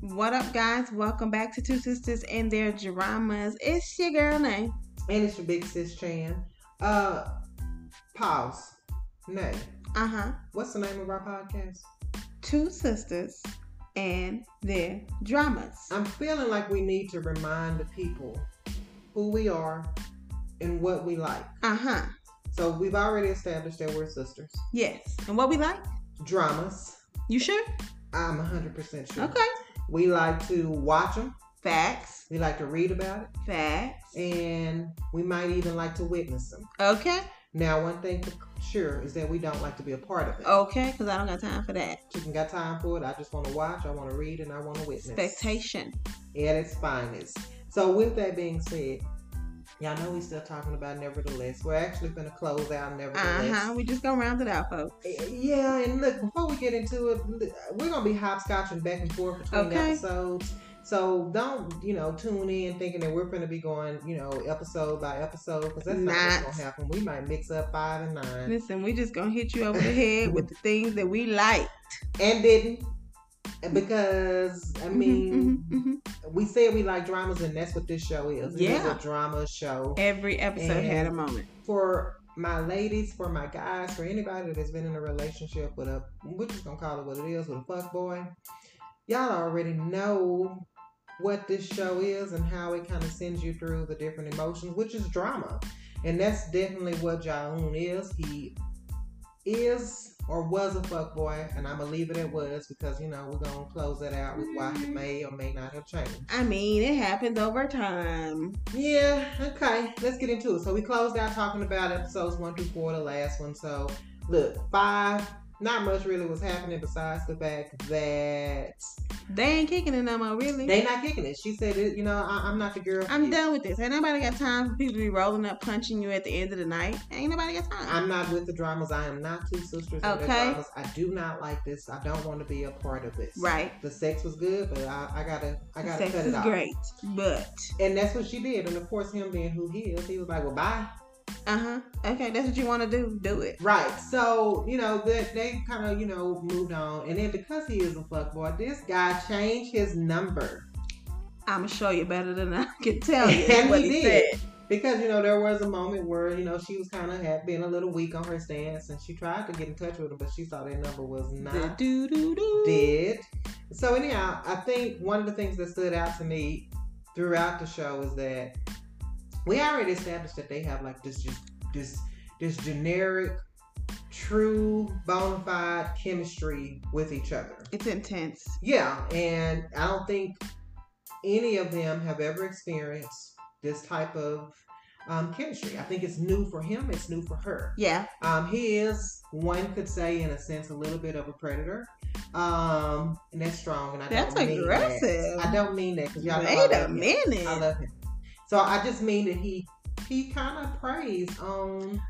What up, guys? Welcome back to Two Sisters and Their Dramas. It's your girl, Nay. And it's your big sis Tran. Uh pause. Nay. Uh huh. What's the name of our podcast? Two Sisters and Their Dramas. I'm feeling like we need to remind the people who we are and what we like. Uh huh. So we've already established that we're sisters. Yes. And what we like? Dramas. You sure? I'm 100% sure. Okay. We like to watch them. Facts. We like to read about it. Facts. And we might even like to witness them. Okay. Now, one thing for sure is that we don't like to be a part of it. Okay. Because I don't got time for that. She can got time for it. I just want to watch. I want to read, and I want to witness. Expectation. at its finest. So, with that being said, y'all know we still talking about nevertheless. We're actually going to close out Uh nevertheless. huh. We just gonna round it out, folks. Yeah, and look, before we get into it, we're gonna be hopscotching back and forth between Okay. episodes. So don't, you know, tune in thinking that we're gonna be going, you know, episode by episode because that's not, Not. what's gonna happen. We might mix up five and nine, Listen, we just gonna hit you over the head with the things that we like. and didn't because I mean Mhm, mhm, mhm. we said we like dramas, and that's what this show is. It Yeah. is a drama show. every episode And- had a moment. for my ladies, for my guys, for anybody that's been in a relationship with a, we're just gonna call it what it is, with a fuck boy, y'all already know what this show is and how it kind of sends you through the different emotions, which is drama, and that's definitely what Jaun is. He is or was a fuck boy, and I'm gonna leave it at was because you know we're gonna close that out with why he may or may not have changed. I mean, it happens over time. Yeah, okay. Let's get into it. So we closed out talking about episodes one through four, the last one. So look, five, not much really was happening besides the fact that They ain't kicking it no more, really. they not kicking it. She said it, you know, I, I'm not the girl. for I'm you. done with this. Ain't nobody got time for people to be rolling up, punching you at the end of the night. Ain't nobody got time. I'm not with the dramas. I am not two sisters okay. Okay. dramas. I do not like this. I don't want to be a part of this. right. The sex was good, but I, I gotta I gotta Sex cut is it off. great, but And that's what she did. And of course him being who he is, he was like, Well bye. uh huh. Okay, that's what you want to do. Do it. Right. So, you know, that they kind of, you know, moved on. And then because he is a fuckboy, this guy changed his number. I'ma show you better than I can tell you. And what he he did. said. Because, you know, there was a moment where, you know, she was kind of had been a little weak on her stance and she tried to get in touch with him, but she saw that number was The not do do do. dead. So, anyhow, I think one of the things that stood out to me throughout the show is that we already established that they have like this just this this generic true bona fide chemistry with each other It's intense. yeah and i don't think any of them have ever experienced this type of um, chemistry i think it's new for him it's new for her Yeah. um, he is one could say in a sense a little bit of a predator um, and that's strong and i That's don't mean that. aggressive. i don't mean that because y'all know I Wait a love him. minute. I love him. So I just mean that he he kind of preys on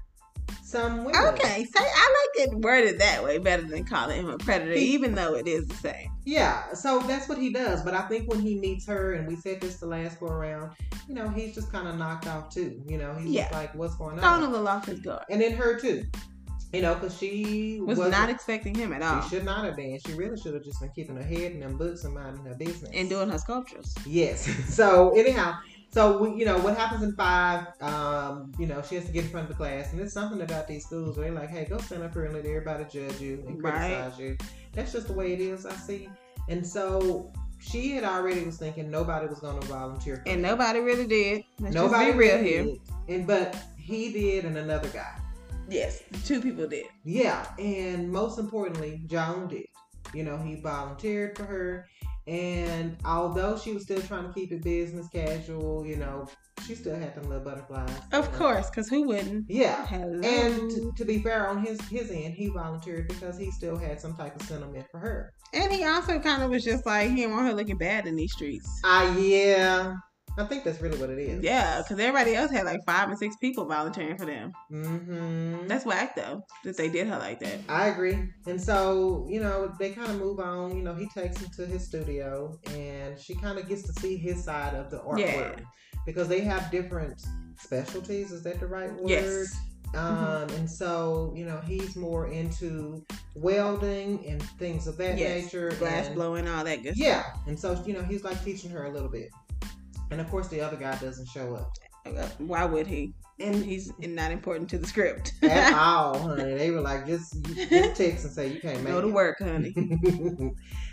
some women. Okay, say I like it worded that way better than calling him a predator, He- even though it is the same. Yeah. So that's what he does. But I think when he meets her, and we said this the last go around, you know, he's just kind of knocked off too. You know, he's Yeah. just like, what's going Thrown on? him the off his guard. And then her too. You know, because she Was wasn't- not expecting him at all, She should not have been. She really should have just been keeping her head in them books and minding her business. and doing her sculptures. Yes. So anyhow, so we, you know what happens in five. Um, you know she has to get in front of the class, and it's something about these schools where they're like, "Hey, go stand up here and let everybody judge you and Right. criticize you." That's just the way it is. I see. And so she had already was thinking nobody was going to volunteer, for And her. nobody really did. Let's nobody just be real did. here. And but he did, and another guy. Yes, two people did. Yeah, and most importantly, Joan did. You know, he volunteered for her, and although she was still trying to keep it business casual, you know, she still had them little butterflies. Of you know. course, because who wouldn't? Yeah, Hello. and to, to be fair, on his his end, he volunteered because he still had some type of sentiment for her. And he also kind of was just like, he didn't want her looking bad in these streets. Ah, yeah, I think that's really what it is. Yeah, because everybody else had like five and six people volunteering for them. Mm-hmm. That's whack, though, that they did her like that. I agree. And so, you know, they kind of move on. You know, he takes him to his studio and she kind of gets to see his side of the artwork Yeah. because they have different specialties. Is that the right word? Yes. Mm-hmm. Um, And so, you know, he's more into welding and things of that Yes, nature. glass and- blowing, all that good. stuff. Yeah, and so you know he's like teaching her a little bit, and of course the other guy doesn't show up Uh, Why would he? and He's not important to the script. at all, honey. They were like just, just text and say you can't make Go to it. work, honey.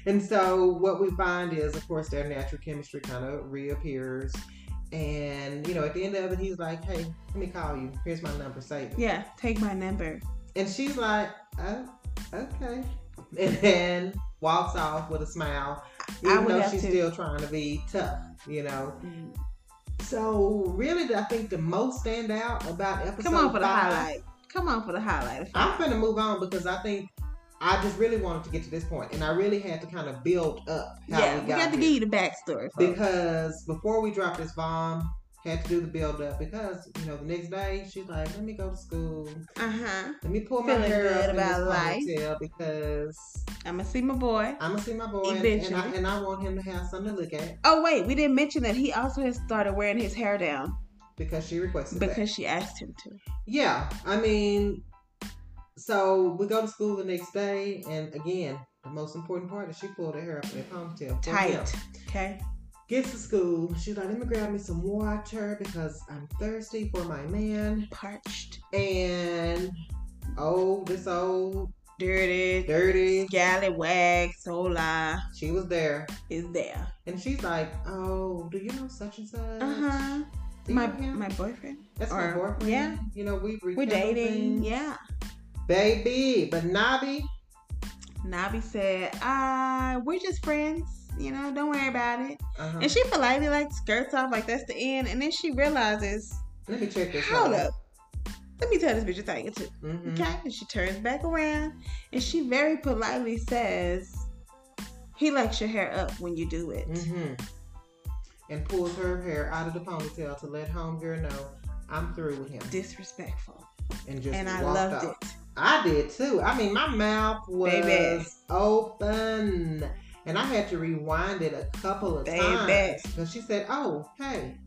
and so what we find is, of course, their natural chemistry kind of reappears. And you know, at the end of it, he's like, "Hey, let me call you. Here's my number. Save it." Yeah, take my number. And she's like, "Oh, okay," and then walks off with a smile, I even would though have she's to- still trying to be tough. You know, So really, I think the most stand out about episode. Come on for the five- highlight. Come on for the highlight. I'm gonna move on because I think I just really wanted to get to this point, and I really had to kind of build up how yeah, we we got, got to give here. you the backstory. folks. because before we dropped this bomb, had to do the build up because you know the next day she's like, "Let me go to school. Uh huh. Let me pull my Feeling hair good up in about life. this ponytail because I'm gonna see my boy. I'm gonna see my boy, and- and I, Eventually. and I want him to have something to look at Oh wait, we didn't mention that he also has started wearing his hair down because she requested that." because she asked him Oh, to. Yeah, I mean, so we go to school the next day, and again, the most important part is she pulled her hair up in a ponytail. for him. Tight. Okay. Gets to school, she's like, "Let me grab me some water because I'm thirsty for my man." Parched, And oh, this old dirty, dirty, scallywag, sola she was there, is there. and she's like, "Oh, do you know such and such? Uh huh. Do you My know him? my boyfriend. that's my or- boyfriend. yeah. you know we We're dating. Yeah. baby, but Nabi." Nabi said, "Uh, we're just friends. You know, don't worry about it." Uh-huh. And she politely like skirts off like that's the end. And then she realizes, Let me check this. hold out. up. Let me tell this bitch a thing or two. Mhm. Okay. And she turns back around and she very politely says, He likes your hair up when you do it. hmm And pulls her hair out of the ponytail to let homegirl know I'm through with him. Disrespectful. And just and I walked loved off. it. I did too. I mean, my mouth was Baby. open. And I had to rewind it a couple of Baby. times. Because she said, Oh, hey,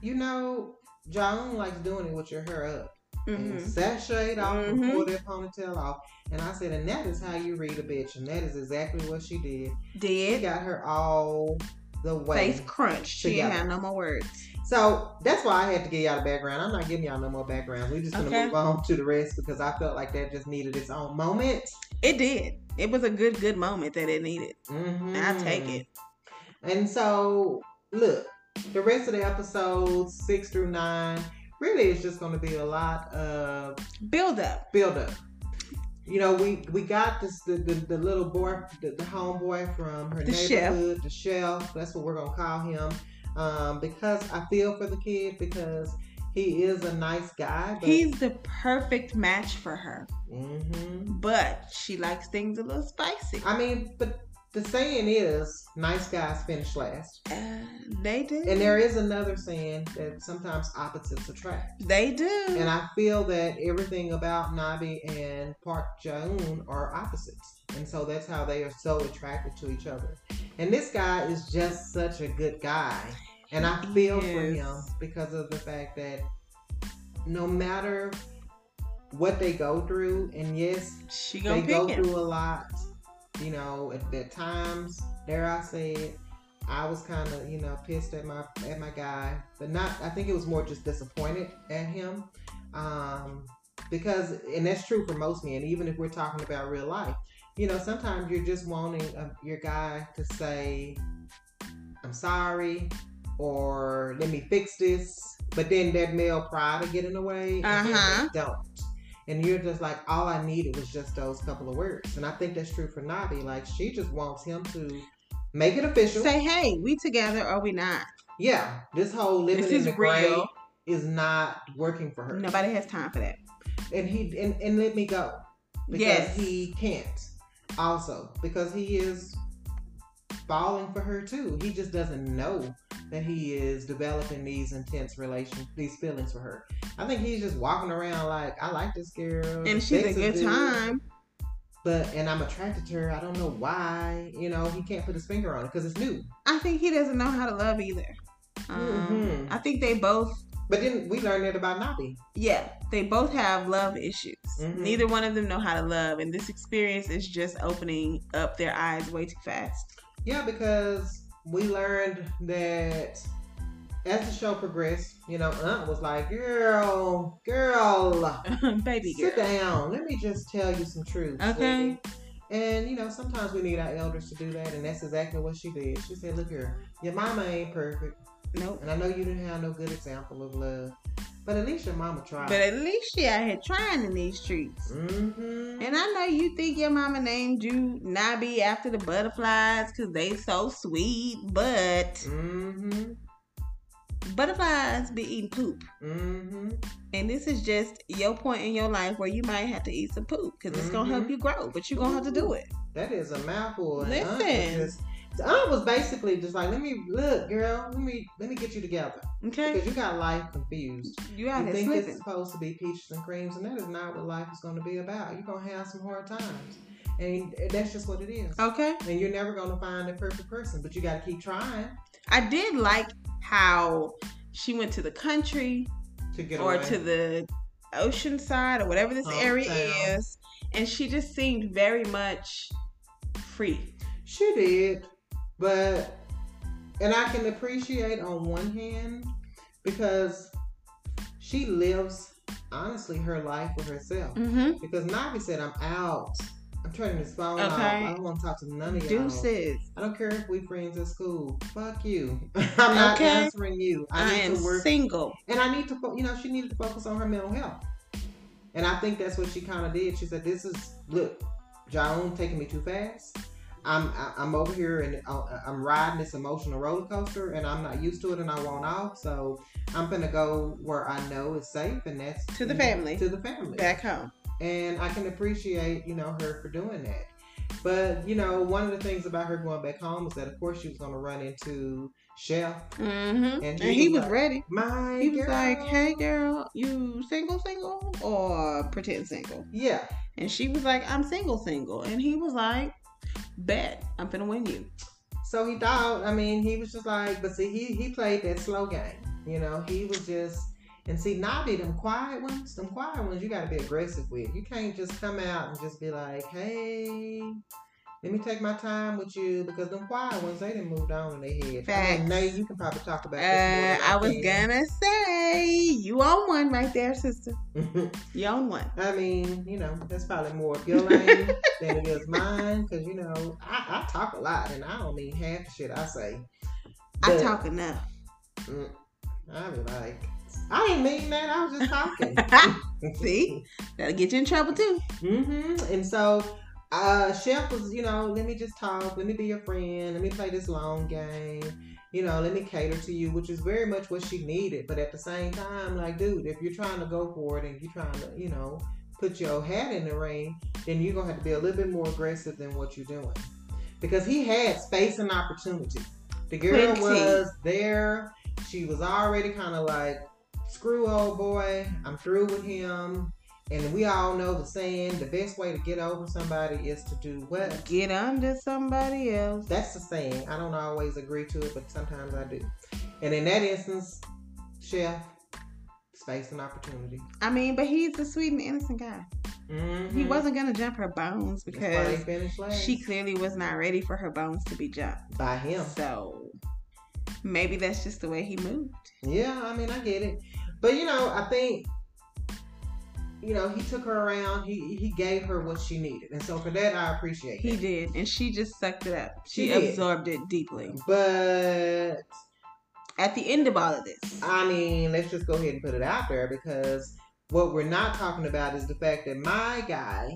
you know, Joan likes doing it with your hair up. And Mhm. sashay it off and Mhm. pull that ponytail off. And I said, And that is how you read a bitch. And that is exactly what she did. It Did got her all the way. face crunch. She didn't have together. no more words. So that's why I had to give y'all the background. I'm not giving y'all no more background. We're just gonna Okay. move on to the rest because I felt like that just needed its own moment. It did. It was a good, good moment that it needed. Mm-hmm. And I take it. And so, look, the rest of the episodes six through nine really is just gonna be a lot of Build up. build up. You know, we we got this the, the, the little boy, the, the homeboy from her The chef. neighborhood, the chef. That's what we're gonna call him, um, because I feel for the kid because he is a nice guy. But He's the perfect match for her, hmm but she likes things a little spicy. I mean, but the saying is, nice guys finish last. Uh, they do. And there is another saying that sometimes opposites attract. they do. And I feel that everything about Nabi and Park Jaeun are opposites. And so that's how they are so attracted to each other. And this guy is just such a good guy. And I He feel for is. him because of the fact that no matter what they go through, and yes, she they gonna go pick him. through a lot. You know, at, at times, dare I say it, I was kind of you know pissed at my at my guy, but not. I think it was more just disappointed at him, um, because and that's true for most men. Even if we're talking about real life, you know, sometimes you're just wanting uh your guy to say, "I'm sorry." Or let me fix this, but then that male pride will get in the way. and then they Uh-huh. Don't and you're just like all i needed was just those couple of words and i think that's true for nabi like she just wants him to make it official Say, hey, we together or we not. yeah this whole living This in is the gray real. is not working for her Nobody has time for that. and he and, and let me go because Yes. he can't also because he is falling for her too he just doesn't know that he is developing these intense relations these feelings for her i think he's just walking around like i like this girl And she's a Sex is good time. but and I'm attracted to her. I don't know why. You know, he can't put his finger on it because it's new. I think he doesn't know how to love either. Um, Mhm. I think they both But then we learned that about Nabi. Yeah, they both have love issues. Mhm. Neither one of them know how to love, and this experience is just opening up their eyes way too fast. Yeah, because we learned that as the show progressed, you know, Aunt was like, "Girl, girl, Baby girl. sit down. Let me just tell you some truth." Okay. sweetie." And you know, sometimes we need our elders to do that, and that's exactly what she did. She said, "Look here, your mama ain't perfect, Nope. and I know you didn't have no good example of love, but at least your mama tried." But at least she out here trying in these streets. mm-hmm. And I know you think your mama named you Nabi after the butterflies because they so sweet, but Mm-hmm. butterflies be eating poop. Mm-hmm. And this is just your point in your life where you might have to eat some poop because it's gonna help Mhm. you grow, but you're gonna have to do it. That is a mouthful. And Aunt was Listen. just- Aunt was basically just like, let me look, girl. Let me let me get you together Okay? because you got life confused. You out Mm-hmm. You here think it's slipping. supposed to be peaches and creams, and that is not what life is going to be about. You're going to have some hard times, and that's just what it is. Okay? And you're never going to find the perfect person, but you got to keep trying I did like how she went to the country to get or away. to the ocean side or whatever this area Hometown. is, and she just seemed very much free. She did, but and I can appreciate on one hand because she lives honestly her life with herself. Mm-hmm. Because Navi said, "I'm out. I'm turning this phone off. Okay. I don't want to talk to none of y'all. Deuces. I don't care if we friends at school. Fuck you. I'm not Okay. answering you. I, I, need am to work, single. and I need to. Fo- you know, she needed to focus on her mental health, and I think that's what she kind of did. She said, "This is look, John taking me too fast." I'm I- I'm over here and I- I'm riding this emotional roller coaster and I'm not used to it and I want off so I'm gonna go where I know is safe and that's To the family. to the family Back home. and I can appreciate you know her for doing that. But you know, one of the things about her going back home is that of course she was going to run into Chef. Mm-hmm. And And he he was was like- ready. My He was girl. like, "Hey, girl, you single, single, or pretend single?" yeah, And she was like, "I'm single, single." And he was like, "Bet I'm gonna win you." So he thought, I mean, he was just like, but see, he he played that slow game. You know, he was just, and see, Nabi, them quiet ones, them quiet ones, you got to be aggressive with. You can't just come out and just be like, hey, let me take my time with you, because them quiet ones, they done moved on in their head. I mean, Facts. Nay, you can probably talk Uh, about this. I was gonna say you own one right there, sister. gonna. You own one. I mean, you know, that's probably more of your lane than it is mine, because you know, I, I talk a lot, and I don't mean half the shit I say. I But- talk enough. Mm, I be like, I didn't mean that. I was just talking. See? That'll get you in trouble too. hmm And so, uh, Chef was, you know, let me just talk. Let me be your friend. Let me play this long game. You know, let me cater to you, which is very much what she needed. But at the same time, like, dude, if you're trying to go for it and you're trying to, you know, put your hat in the ring, then you're gonna have to be a little bit more aggressive than what you're doing, because he had space and opportunity. The girl Plenty. was there. She was already kind of like, screw old boy. I'm through with him. And we all know the saying: the best way to get over somebody is to do what. Get under somebody else. That's the saying. I don't always agree to it, but sometimes I do. And in that instance, Chef, space and opportunity. I mean, but he's a sweet and innocent guy. He Mhm. wasn't gonna jump her bones That's why they because finished last. she clearly was not ready for her bones to be jumped. by him. So maybe that's just the way he moved. Yeah, I mean, I get it, but you know, I think you know he took her around. He he gave her what she needed, and so for that, I appreciate He it. did, and she just sucked it up. She She, did. absorbed it deeply. But At the end of all of this, I mean, let's just go ahead and put it out there because what we're not talking about is the fact that my guy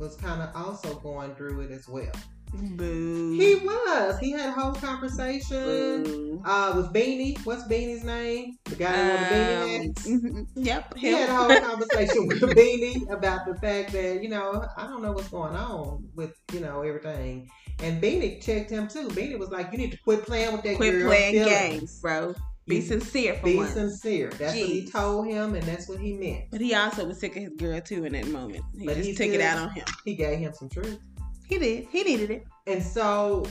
was kind of also going through it as well. boo. He was. He had a whole conversation Boo. uh, with Beanie. What's Beanie's name? The guy that wore the beanie Um, hats. mhm, yep. He had a him. whole conversation with Beanie about the fact that, you know, I don't know what's going on with, you know, everything. And Beanie checked him too. Beanie was like, You need to quit playing with that Quit girl. playing feelings. games, bro. Be You sincere for Be once. sincere. That's what he Jeez. told him, and that's what he meant. But he also was sick of his girl too in that moment. He But just he took it still- out on him. He gave him some truth. He did. He needed it. And so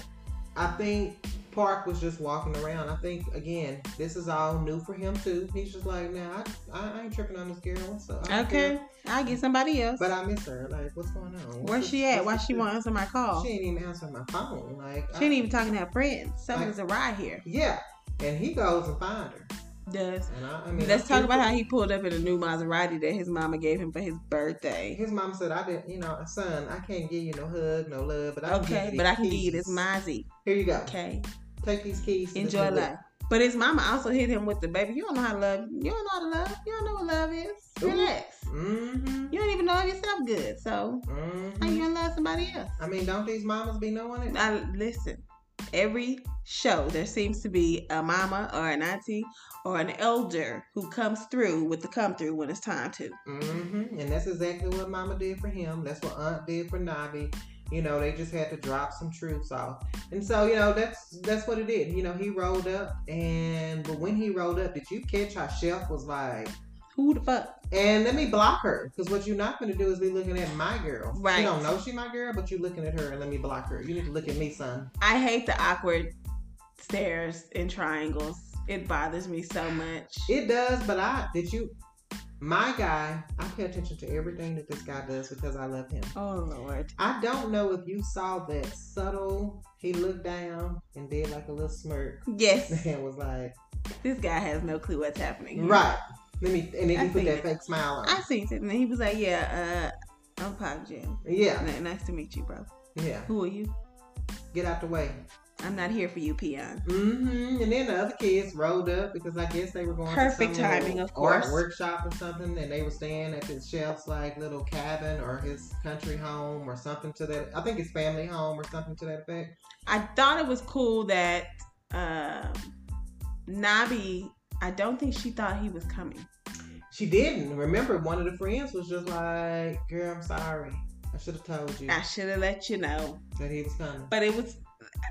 I think Park was just walking around. I think again, this is all new for him too. He's just like, nah, I, I ain't tripping on this girl. So I don't Okay, care. I'll get somebody else. but I miss her. Like, what's going on? What's Where's this- she at? Why what's she this- won't answer my call? She She ain't even answering my phone. Like, I- ain't even talking to her friends. Something's a ride here. Yeah, and he goes and find her. Does. And I, I mean, Let's I talk feel about for- how he pulled up in a new Maserati that his mama gave him for his birthday. His mom said, "I didn't, you know, son, I can't give you no hug, no love, but I can give Okay, you but I can give you keys. this Mozzie. Here you go. Okay, Take these keys. to this enjoy new whip." life. But his mama also hit him with the baby. You don't know how to love. You don't know how to love. You don't know what love is. Ooh. Relax. Mhm. You don't even know yourself good. So how you Mhm. gonna love somebody else? I mean, don't these mamas be knowing it? I listen. Every show there seems to be a mama or an auntie or an elder who comes through with the come through when it's time to. Mm-hmm. And that's exactly what Mama did for him. That's what Aunt did for Navi. You know, they just had to drop some truths off. And so, you know, that's that's what it did. You know, he rolled up, and but when he rolled up, did you catch how Chef was like? Who the fuck? And let me block her, because what you're not going to do is be looking at my girl. Right. You don't know she my girl, but you looking at her and let me block her. You need to look at me, son. I hate the awkward stares and triangles. It bothers me so much. It does, but I did you. My guy, I pay attention to everything that this guy does because I love him. oh Lord. I don't know if you saw that subtle. He looked down and did like a little smirk Yes. and was like, this guy has no clue what's happening. "Right." Let me, and then I he put seen that it. fake smile on. I seen it and he was like, Yeah, uh, I'm Pop Jim. yeah, N- Nice to meet you, bro. yeah. Who are you? Get out the way. I'm not here for you, peon. hmm And then the other kids rolled up because I guess they were going Perfect to some little timing, of art course. workshop or something, and they were staying at his chef's like little cabin or his country home or something to that. I think his family home or something to that effect. I thought it was cool that um, Nabi. I don't think she thought he was coming. She didn't remember. One of the friends was just like, "Girl, I'm sorry. I should have told you I should have let you know, that he was coming." but it was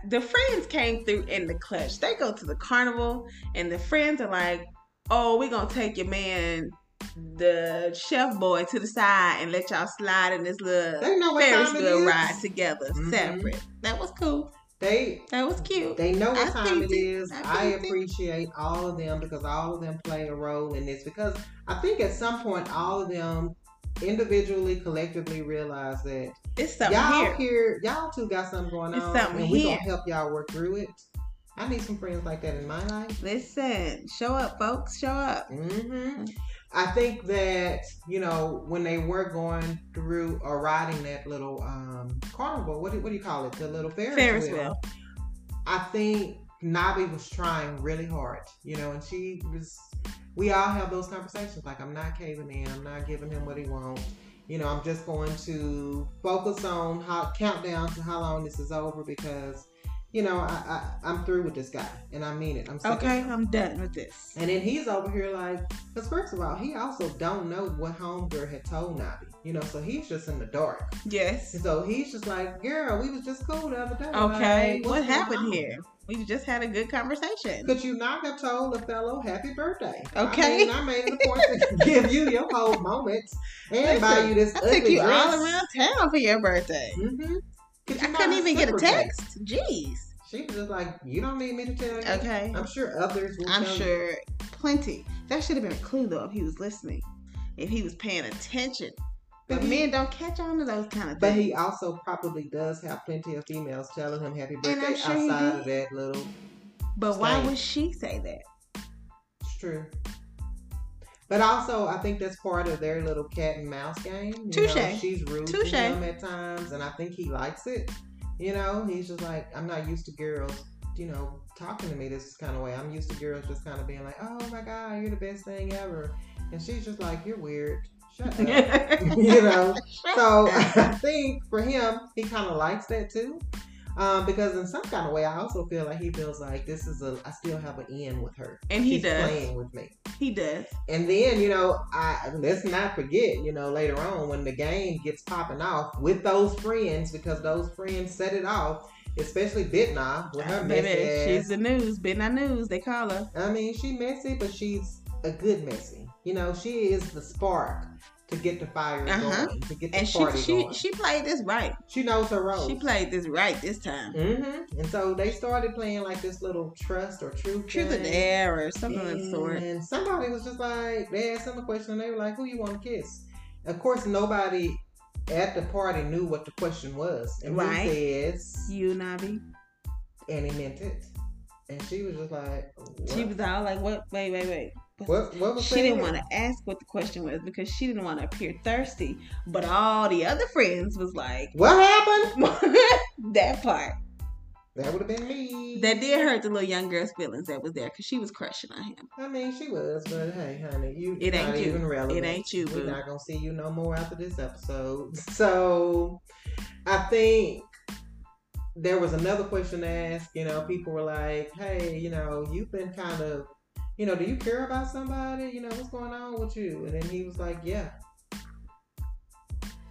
the friends came through in the clutch. They go to the carnival, and the friends are like, "Oh, we're gonna take your man, the chef boy, to the side and let y'all slide in this little They know what Ferris time it wheel is. ride together, Mhm. separate." That was cool. They That was cute. They know what I time it peeped it. is. I I, peeped it. appreciate all of them because all of them play a role in this. Because I think at some point, all of them individually, collectively realize that It's something y'all here. y'all two got something going It's on, something and we here. gonna help y'all work through it. I need some friends like that in my life. Listen, show up, folks. Show up. Mm-hmm. hmm I think that you know when they were going through or riding that little um, carnival. What do, what do you call it? The little Ferris, Ferris wheel. wheel. I think Nabi was trying really hard, you know, and she was. We all have those conversations. Like, I'm not caving in. I'm not giving him what he wants. You know, I'm just going to focus on how countdown to how long this is over because, you know, I, I I'm through with this guy and I mean it. I'm sick of Okay, I'm done with this. and then he's over here like, because first of all, he also don't know what homegirl had told Nabi, you know, so he's just in the dark. Yes. And so he's just like, girl, we was just cool the other day. Okay, Like, what what's going on?" happened here? We just had a good conversation. Could you not have told a fellow happy birthday? Okay. I, mean, I made it a point to give you your whole moments and buy Listen, you this I ugly took you dress. all around town for your birthday. hmm I couldn't even get a text. Jeez. She was just like, you don't need me to tell you. Okay. I'm sure others will I'm tell you. sure plenty. That should have been a clue though if he was listening. If he was paying attention. But But he- men don't catch on to those kind of But things. he also probably does have plenty of females telling him happy I'm birthday sure he outside of did. that little. But why Same. would she say that? It's true. But also, I think that's part of their little cat and mouse game. You Know, Touche. she's rude Touche. to him at times, and I think he likes it. You know, he's just like, I'm not used to girls, you know, talking to me this kind of way. I'm used to girls just kind of being like, oh my God, you're the best thing ever. And she's just like, you're weird. Shut up. you know, so I think for him, he kind of likes that too. Um, because in some kind of way, I also feel like he feels like this is a, I still have an in with her. and he She's does. playing with me. He does. And then, you know, I let's not forget, you know, later on when the game gets popping off with those friends, because those friends set it off, especially Bitna with her messy Baby, ass. she's the news. Been our news. They call her. I mean, she messy, but she's a good messy. You know, she is the spark to get the fire Uh-huh. going, to get the And she party she going. She, she played this right. knows her role. She played this right this time. hmm And so they started playing like this little trust or truth. Truth or game. dare or something of that sort. And somebody was just like, they asked them a question. They were like, "Who you want to kiss?" Of course, nobody at the party knew what the question was. And Right. he says, You Navi. and he meant it. And she was just like, "What? She was all like, "What? Wait, wait, wait." What's what, what was She that?" didn't want to ask what the question was because she didn't want to appear thirsty. But all the other friends was like, What happened? that part. That would have been me. That did hurt the little young girl's feelings that was there because she was crushing on him. I mean, she was, but hey, honey, you It ain't not you. even relevant. It ain't you, We're boo. not gonna see you no more after this episode. So, I think there was another question asked. You know, people were like, "Hey, you know, you've been kind of, you know, do you care about somebody? You know, what's going on with you?" And then he was like, "Yeah."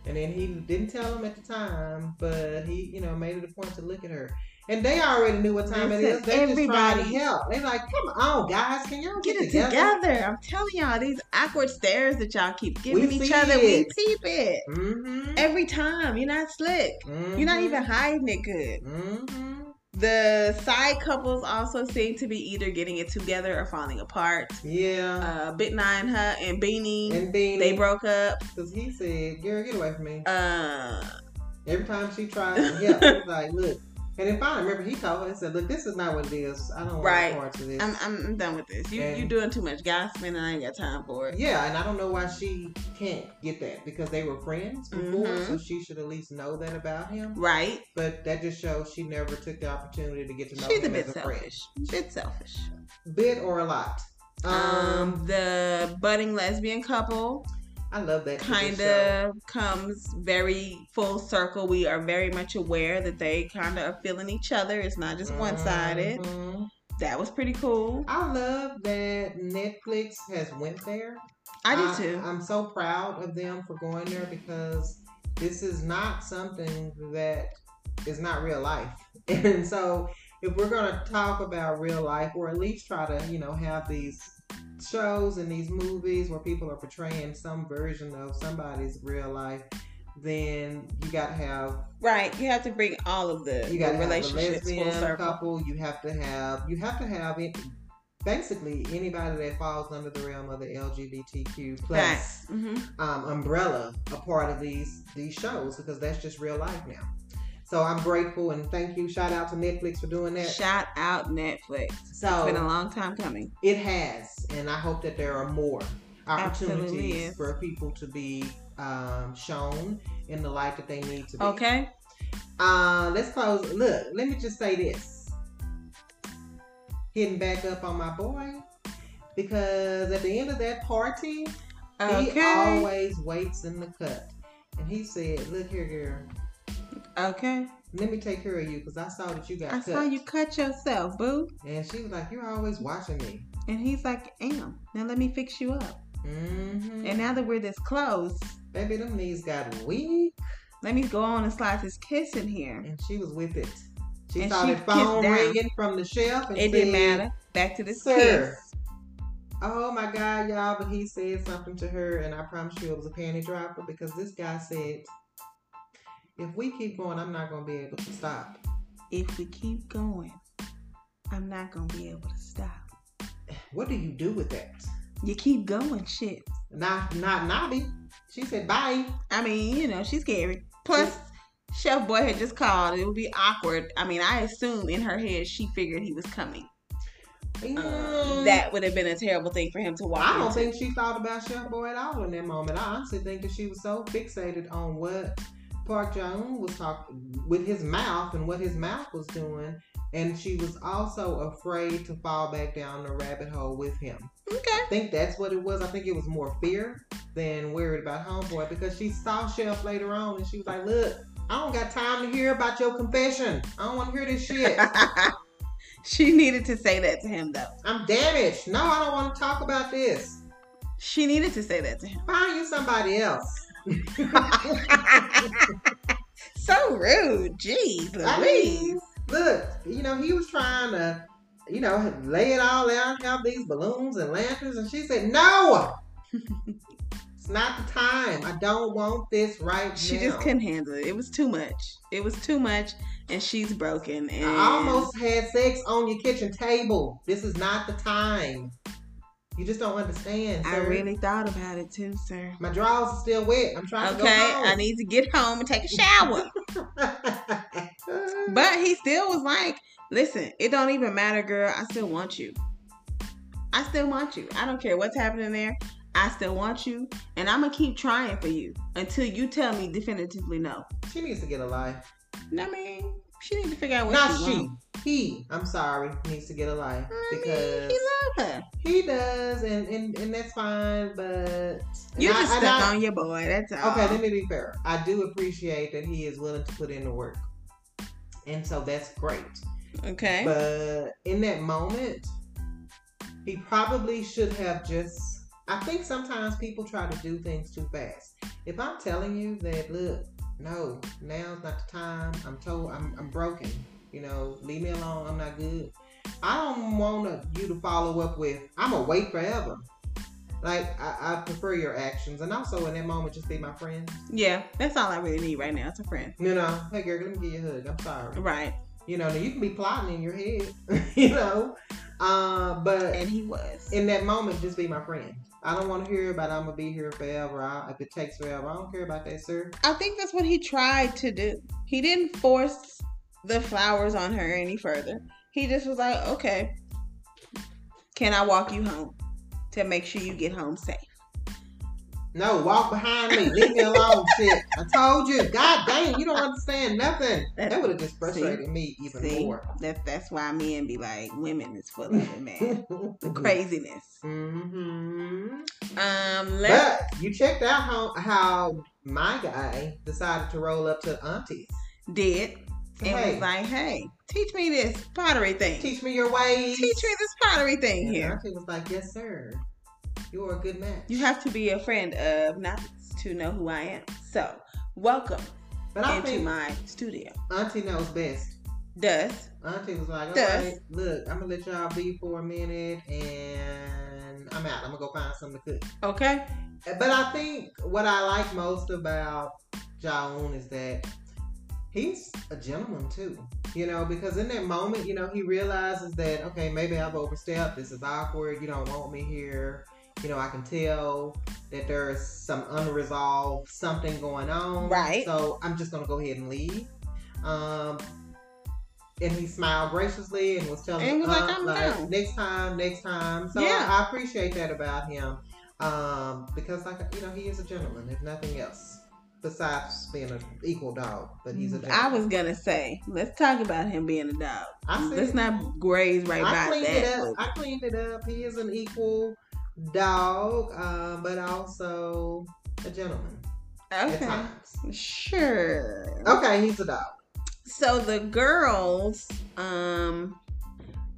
And then he didn't tell him at the time, but he, you know, made it a point to look at her. And they already knew what time it Listen, is. They just trying everybody- to help. They like, come on, guys, can y'all Get it together. I'm telling y'all, these awkward stares that y'all keep giving We each see other, we it. peep it. Mm-hmm. Every time. You're not slick. You're not even hiding it good. Mm-hmm. The side couples also seem to be either getting it together or falling apart. Yeah. Uh, Bit Nine, her, and Beanie, and then they broke up. because he said, "Girl, get away from me." Uh, Every time she tried to help, he was like, "Look." And then finally, remember, he called her and said, "Look, this is not what it is. I don't want Right. to part to this." I'm, I'm I'm done with this. You Yeah. you doing too much gossiping, and I ain't got time for it. yeah, and I don't know why she can't get that because they were friends before, Mhm. so she should at least know that about him. Right? But that just shows she never took the opportunity to get to know She's a him bit as a selfish. Bit selfish. friend, bit or a lot. Um, Um, the budding lesbian couple I love that kind of. of comes very full circle. We are very much aware that they kind of are feeling each other. It's not just one sided. Mhm. That was pretty cool. I love that Netflix has went there. I Uh, do too. I'm so proud of them for going there because this is not something that is not real life. And so if we're gonna talk about real life or at least try to, you know, have these shows and these movies where people are portraying some version of somebody's real life, then you gotta have Right? You have to bring all of the, you the got relationships a full lesbian circle. couple. You have to have you have to have it. Basically, anybody that falls under the realm of the LGBTQ plus Facts. hmm um, umbrella a part of these these shows because that's just real life now. So I'm grateful and thank you. Shout out to Netflix for doing that. Shout out Netflix. It's so been a long time coming. it has, and I hope that there are more Absolutely opportunities is. for people to be um, shown in the light that they need to be. Okay. Uh, let's close. Look, let me just say this. Hitting back up on my boy because at the end of that party, Okay. he always waits in the cut. And he said, Look here, girl, okay. let me take care of you because I saw that you got I cut. saw you cut yourself, boo. And she was like, You're always watching me. And he's like, am. Now let me fix you up. Mm-hmm. And now that we're this close, Baby, them knees got weak. let me go on and slide this kiss in here. And she was with it. She And saw she the kissed phone down. ringing from the shelf. And It didn't said, matter. Back to this Sir. kiss. Oh my God, y'all, but he said something to her, and I promise you it was a panty dropper because this guy said, If we keep going, I'm not going to be able to stop. If we keep going, I'm not gonna be able to stop. What do you do with that? You keep going, shit. Not, not Nobby. She said, Bye. I mean, you know, she's scary. Plus, Chef Boy had just called. It would be awkward. I mean, I assume in her head she figured he was coming. Mm. That would have been a terrible thing for him to walk I don't into. think she thought about Chef Boy at all in that moment. I honestly think that she was so fixated on what Park Jong was talking with his mouth and what his mouth was doing, and she was also afraid to fall back down the rabbit hole with him. okay. I think that's what it was. I think it was more fear than worried about homeboy because she saw Chef later on and she was like, Look, I don't got time to hear about your confession. I don't want to hear this shit. she needed to say that to him, though. I'm damaged. No, I don't want to talk about this. She needed to say that to him. Find you somebody else. so rude. Jeez I Louise. mean, look, you know, he was trying to, you know, lay it all out, have these balloons and lanterns, and she said, No! It's not the time. I don't want this right She now. just couldn't handle it. It was too much. It was too much, and she's broken. And I almost had sex on your kitchen table. This is not the time. You just don't understand. I sir. really thought about it too, sir. My drawers are still wet. I'm trying to go Okay, home. I need to get home and take a shower. But he still was like, listen, it don't even matter, girl. I still want you. I still want you. I don't care what's happening there. I still want you. And I'm going to keep trying for you until you tell me definitively no. she needs to get a life. I mean, she needs to figure out what Not she, she. wants. He. I'm sorry. Needs to get a life I mean, because He love her. he does, and and, and that's fine. But You and I- just and stuck I- on your boy. That's all. Okay, let me be fair. I do appreciate that he is willing to put in the work. And so that's great. okay. But in that moment, he probably should have just. I think sometimes people try to do things too fast. If I'm telling you that, look, no, now's not the time. I'm told I'm, I'm broken. You know, leave me alone. I'm not good. I don't want you to follow up with, I'm going to wait forever. Like, I, I prefer your actions. And also in that moment, just be my friend. yeah, that's all I really need right now. It's a friend. You know, hey, girl, let me give you a hug. I'm sorry. Right. You know, now you can be plotting in your head, you know. Uh, but And he was. in that moment, just be my friend. I don't want to hear about I'm gonna be here forever. I, if it takes forever, I don't care about that, sir. I think that's what he tried to do. He didn't force the flowers on her any further. He just was like, okay, can I walk you home to make sure you get home safe? No, walk behind me. Leave me alone, shit. I told you. God dang, you don't understand nothing. That would have just frustrated me even See, more. that, that's why men be like, women is full of it, man. the craziness. hmm Um, let's, But you checked out how how my guy decided to roll up to aunties. did and Hey, was like, hey, teach me this pottery thing. Teach, teach me your ways. me this pottery thing And here. Auntie was like, "Yes, sir. You are a good match." You have to be a friend of Knots to know who I am. So, welcome but I into think my studio. Auntie knows best. Does Auntie was like, "All Does. right, look, I'm gonna let y'all be for a minute, and I'm out. I'm gonna go find something to cook." okay? But I think what I like most about Jaun is that he's a gentleman too. You know, because in that moment, you know, he realizes that okay, maybe I've overstepped. This is awkward. You don't want me here. You know, I can tell that there's some unresolved something going on. Right. So I'm just gonna go ahead and leave. Um, and he smiled graciously and was telling And was like, Aunt, "I'm down." next time, next time. So Yeah. I, I appreciate that about him um, because like you know he is a gentleman if nothing else besides being an equal dog but he's a Mm, I gentleman was gonna say, let's talk about him being a dog. I said- Let's not graze right I by cleaned it that. up I cleaned it up he is an equal dog um, but also a gentleman at Okay, times sure. okay he's a dog So the girls, um,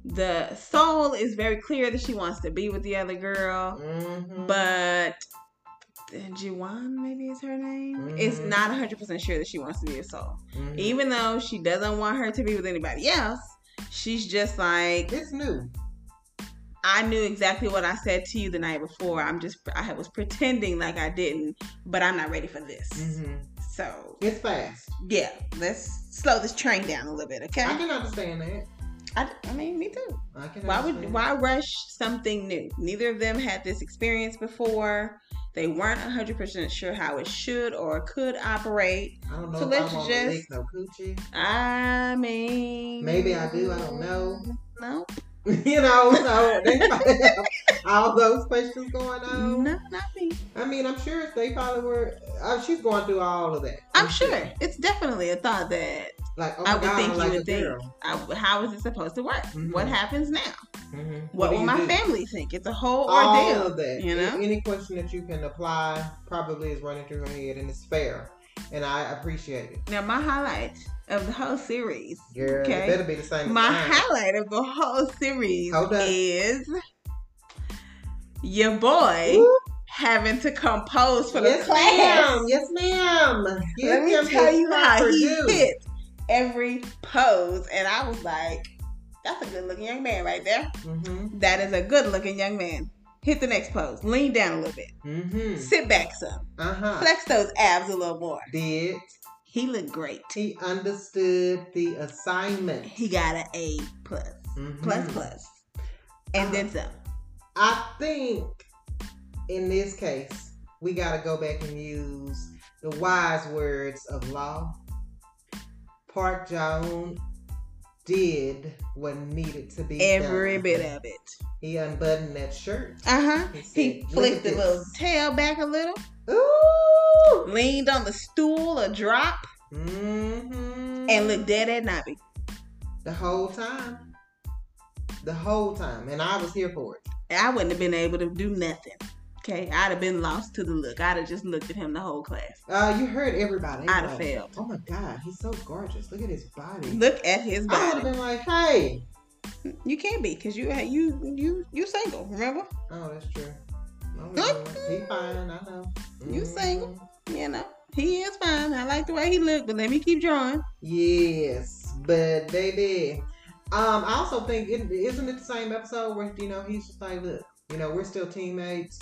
the soul is very clear that she wants to be with the other girl, Mhm. but Jiwan maybe is her name. It's Mhm. not 100 percent sure that she wants to be a soul, Mhm. even though she doesn't want her to be with anybody else. She's just like, it's new I knew exactly what I said to you the night before. I'm just I was pretending like I didn't, but I'm not ready for this. hmm So it's fast yeah, let's slow this train down a little bit, okay? I I, can understand that I, mean, me too. I can Why would understand. why rush something new? Neither of them had this experience before. They weren't 100% sure how it should or could operate. I don't know so if I let's want just- to lick no coochie I mean, Maybe I do, I don't know. No, you know, so they probably have all those questions going on. no, not me. I mean, I'm sure if they probably were. Uh, she's going through all of that. I'm sure it's definitely a thought that Like, oh my I would God, think I'm you like would a think. girl. I, how is it supposed to work? Mhm. What happens now? Mhm. What, do will you my do? Um, family think? It's a whole All ordeal. of that. you know? Any question that you can apply probably is running through her head, and it's fair, and I appreciate it. Now, my highlight of the whole series. Girl, Okay. it better be the same. as My mine. highlight of the whole series Mm. Hold up. is your boy Woo. having to compose for the Yes, class. ma'am. Yes, ma'am. Let Give me him tell his you how proper he due. hit every pose. And I was like, that's a good looking young man right there. Mhm. That is a good looking young man. Hit the next pose. Lean down a little bit. Mm-hmm. Sit back some. Uh huh. Flex those abs a little more. Did He looked great. he understood the assignment? He got an A plus. Mhm. Plus, plus. And then some. I think in this case, we got to go back and use the wise words of law. Park Joan did what needed to be Every done. bit of it. He unbuttoned that shirt. Uh huh. said, He "Look flipped at the little this." tail back a little, Ooh. leaned on the stool or drop, hmm and looked dead at Nobby. the whole time, the whole time, and I was here for it. And I wouldn't have been able to do nothing. Okay, I'd have been lost to the look. I'd have just looked at him the whole class. Uh, you heard everybody. I'd have Like, failed. Oh my God, he's so gorgeous. Look at his body. Look at his I would have body. been like, hey. You can't be because you you you you single. Remember? Oh, that's true. Oh, No, he Nope. don't. he fine. I know. You single. Mhm. You know he is fine. I like the way he looked, but let me keep drawing. Yes, but baby, um, I also think it, isn't it the same episode where you know he's just like, look, you know, we're still teammates.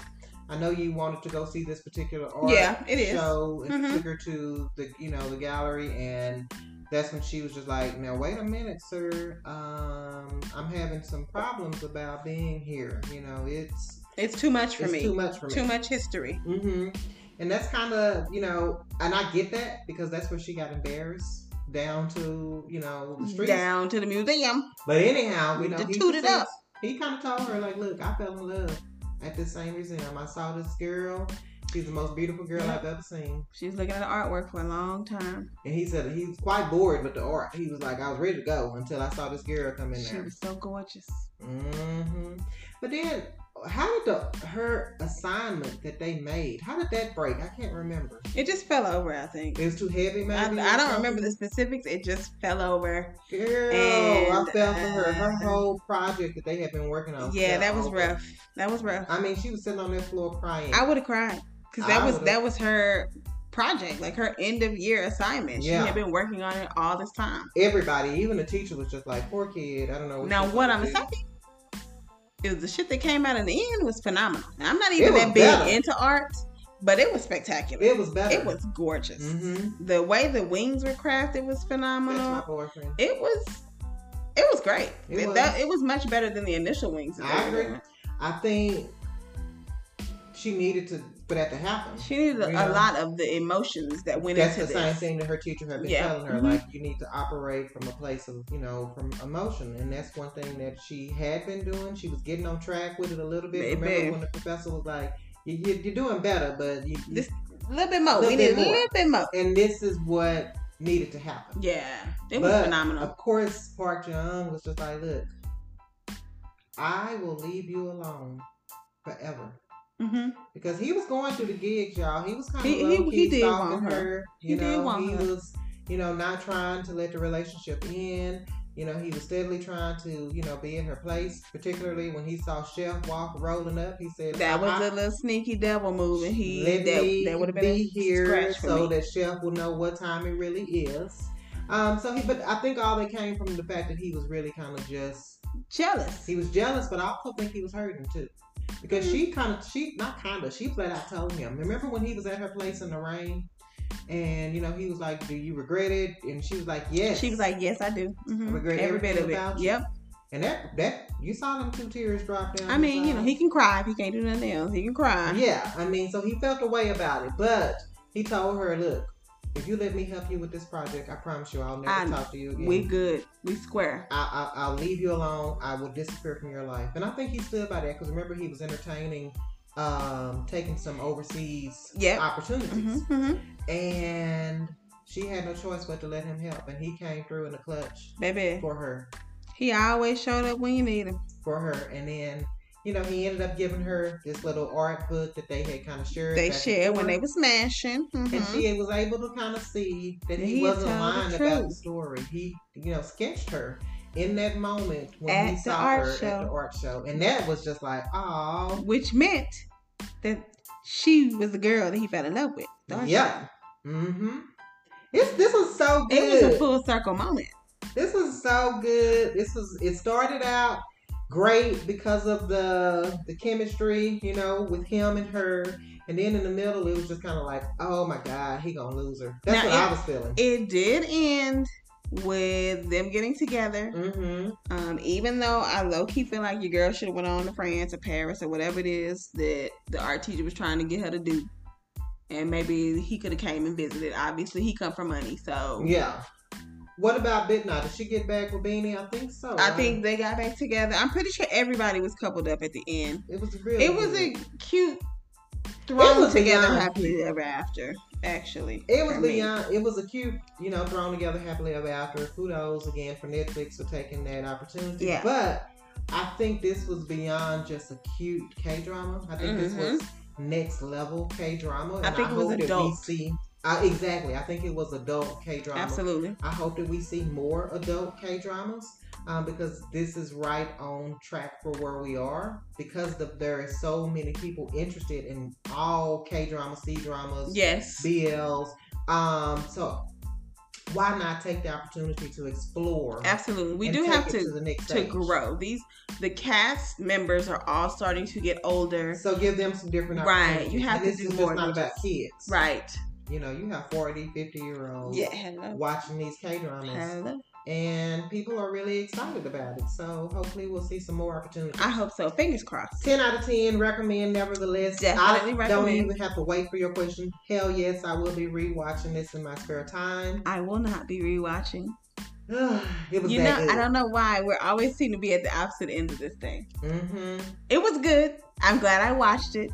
I know you wanted to go see this particular art Yeah, it is. show and Mhm. took her to the you know the gallery and that's when she was just like now wait a minute sir um i'm having some problems about being here you know it's It's too much for it's me. too much for me Too much history. hmm And that's kind of, you know, and I get that because that's where she got embarrassed down to, you know, the streets. Down to the museum. But anyhow, you know, To he, toot it says- up. he kind of told her, like, look, I fell in love at the same museum. I saw this girl. She's the most beautiful girl Yeah. I've ever seen. She was looking at the artwork for a long time. And he said he was quite bored with the art. He was like, I was ready to go until I saw this girl come in She there. was so gorgeous. hmm But then, how did the her assignment that they made? How did that break? I can't remember. It just fell over, I think. It was too heavy, maybe. I, I or don't something? remember the specifics. It just fell over. Girl, And, I fell for her. Her uh, whole project that they had been working on. yeah, Oh, fell that was over. rough. That was rough. I mean, she was sitting on that floor crying. I would have cried because that I was would've- that was her project, like her end of year assignment. Yeah. She had been working on it all this time. Everybody, even the teacher, was just like, "Poor kid." I don't know. Now, she's what gonna I'm do." saying is the shit that came out in the end was phenomenal. And I'm not It even was that big better. into art, but it was spectacular. It, it was better. was gorgeous. hmm The way the wings were crafted was That's phenomenal. my boyfriend. it was it was great. It, It was. was. That, it was much better than the initial wings. that I they were agree. doing. I think she needed to for that to happen. She needed a, a Yeah. lot of the emotions that went That's the into same this. thing that her teacher had been Yeah. telling her. Mhm. Like you need to operate from a place of, you know, from emotion, and that's one thing that she had been doing. She was getting on track with it a little bit. Remember Baby. when the professor was like, you, you, "You're doing better," but you, you- This- A little bit more. Little we bit need a more. little bit more. and this is what needed to happen. Yeah, it But, was phenomenal. Of course, Park Jung was just like, "Look, I will leave you alone forever." hmm because he was going through the gigs, y'all. He was kind of He- low he- key he did stalking want her. her. You He know, did want he her. was, you know, not trying to let the relationship end. You know, he was steadily trying to, you know, be in her place. Particularly when he saw Chef walk rolling up, he said, That was "I- a little sneaky devil move, and he let me that, that would have been be a here scratch for so me. that Chef will know what time it really is." Um, so he, but I think all that came from the fact that he was really kind of just jealous. he was jealous, but I also think he was hurting too. Because she Mm-hmm. kind of, she, not kind of, she flat out told him. Remember when he was at her place in the rain? And, you know, he was like, Do you regret it? And she was like, Yes. She was like, "Yes, I do. Mhm. I regret Every bit everything of about it. you." Yep. And that, that, you saw them two tears drop down. I his mean, you know, eyes. he can cry if he can't do nothing else. He can cry. Yeah, I mean, so he felt a way about it. But he told her, Look, if you let me help you with this project, I promise you I'll never I- talk to you again. We good. We square. I, I, I'll leave you alone. I will disappear from your life. And I think he stood by that because remember he was entertaining, um, taking some overseas Yep. opportunities, Mhm, mhm. and she had no choice but to let him help. And he came through in the clutch Baby, for her, he always showed up when you need him. for her. And then, you know, he ended up giving her this little art book that they had kind of shared. They back and shared when forth. they were smashing. Mhm. and she was able to kind of see that he, He wasn't told the lying about the truth. story. He, you know, sketched her in that moment when At he the saw art her at show. the art show, and that was just like, oh, which meant that she was the girl that he fell in love with. Darcy. yeah, mm-hmm. It's, this was so It was a good. full circle moment. This was so good. This was. It started out great because of the the chemistry, you know, with him and her. And then in the middle, it was just kind of like, oh my god, he gonna lose her. That's Now, what it- I was feeling. It did end with them getting together. mm-hmm. Um, even though I low key feel like your girl should have went on to France or Paris or whatever it is that the art teacher was trying to get her to do. And maybe he could have came and visited. Obviously, he come for money, so Yeah. What about Bitna? Did she get back with Beanie? I think so. I right? think they got back together. I'm pretty sure everybody was coupled up at the end. it was really. It was a good. cute thrown was together beyond happily ever after. Actually, It was for me. beyond. It was a cute, you know, thrown together happily ever after. Kudos again for Netflix for taking that opportunity. Yeah. But I think this was beyond just a cute K drama. I think this was next level K drama. Mm-hmm. I think it was adult. see, I, exactly. I think it was adult K drama. Absolutely. I hope that we see more adult K dramas um, because this is right on track for where we are because the, there are so many people interested in all K dramas, C dramas, Yes. BLs. Um, so why not take the opportunity to explore? Absolutely. We and do take have it to the next to stage. grow. These the cast members are all starting to get older. So give them some different Right. opportunities. You have And to this do is just more not than about kids. Right. You know, you have 40, 50 year olds Yeah. Hello. watching these K dramas. Hello. and people are really excited about it. So hopefully we'll see some more opportunities. I hope so. Fingers crossed. 10 out of 10, recommend nevertheless. Definitely I recommend. don't even have to wait for your question. Hell yes, I will be rewatching this in my spare time. I will not be rewatching. it was You know, that I don't know why we're always seem to be at the opposite end of this thing. good. hmm It was good. I'm glad I watched it,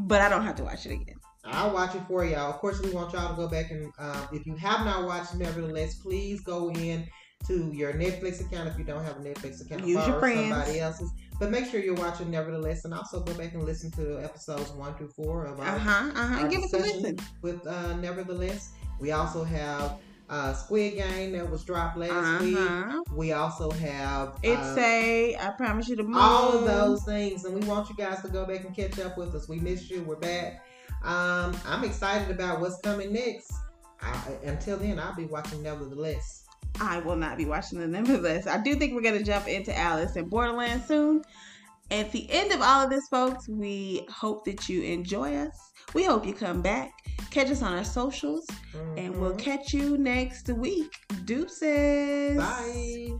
but I don't have to watch it again. I'll watch it for y'all. Of course, we want y'all to go back and uh, if you have not watched Nevertheless, please go in to your Netflix account if you don't have a Netflix account. Use your borrow friends. somebody else's. But make sure you're watching Nevertheless and also go back and listen to episodes one through four of our Uh huh. Uh huh. our Give us a discussion listen. with uh, Nevertheless. We also have uh, Squid Game that was dropped last Uh week. huh. We also have It's uh, a. I promise you the moon. all of those things, and we want you guys to go back and catch up with us. We missed you. We're back. Um, I'm excited about what's coming next. I, until then, I'll be watching Nevertheless. I will not be watching the nevertheless. I do think we're gonna jump into Alice and Borderlands soon. At the end of all of this, folks, we hope that you enjoy us. We hope you come back. Catch us on our socials, and we'll Mhm. catch you next week. Deuces. Bye.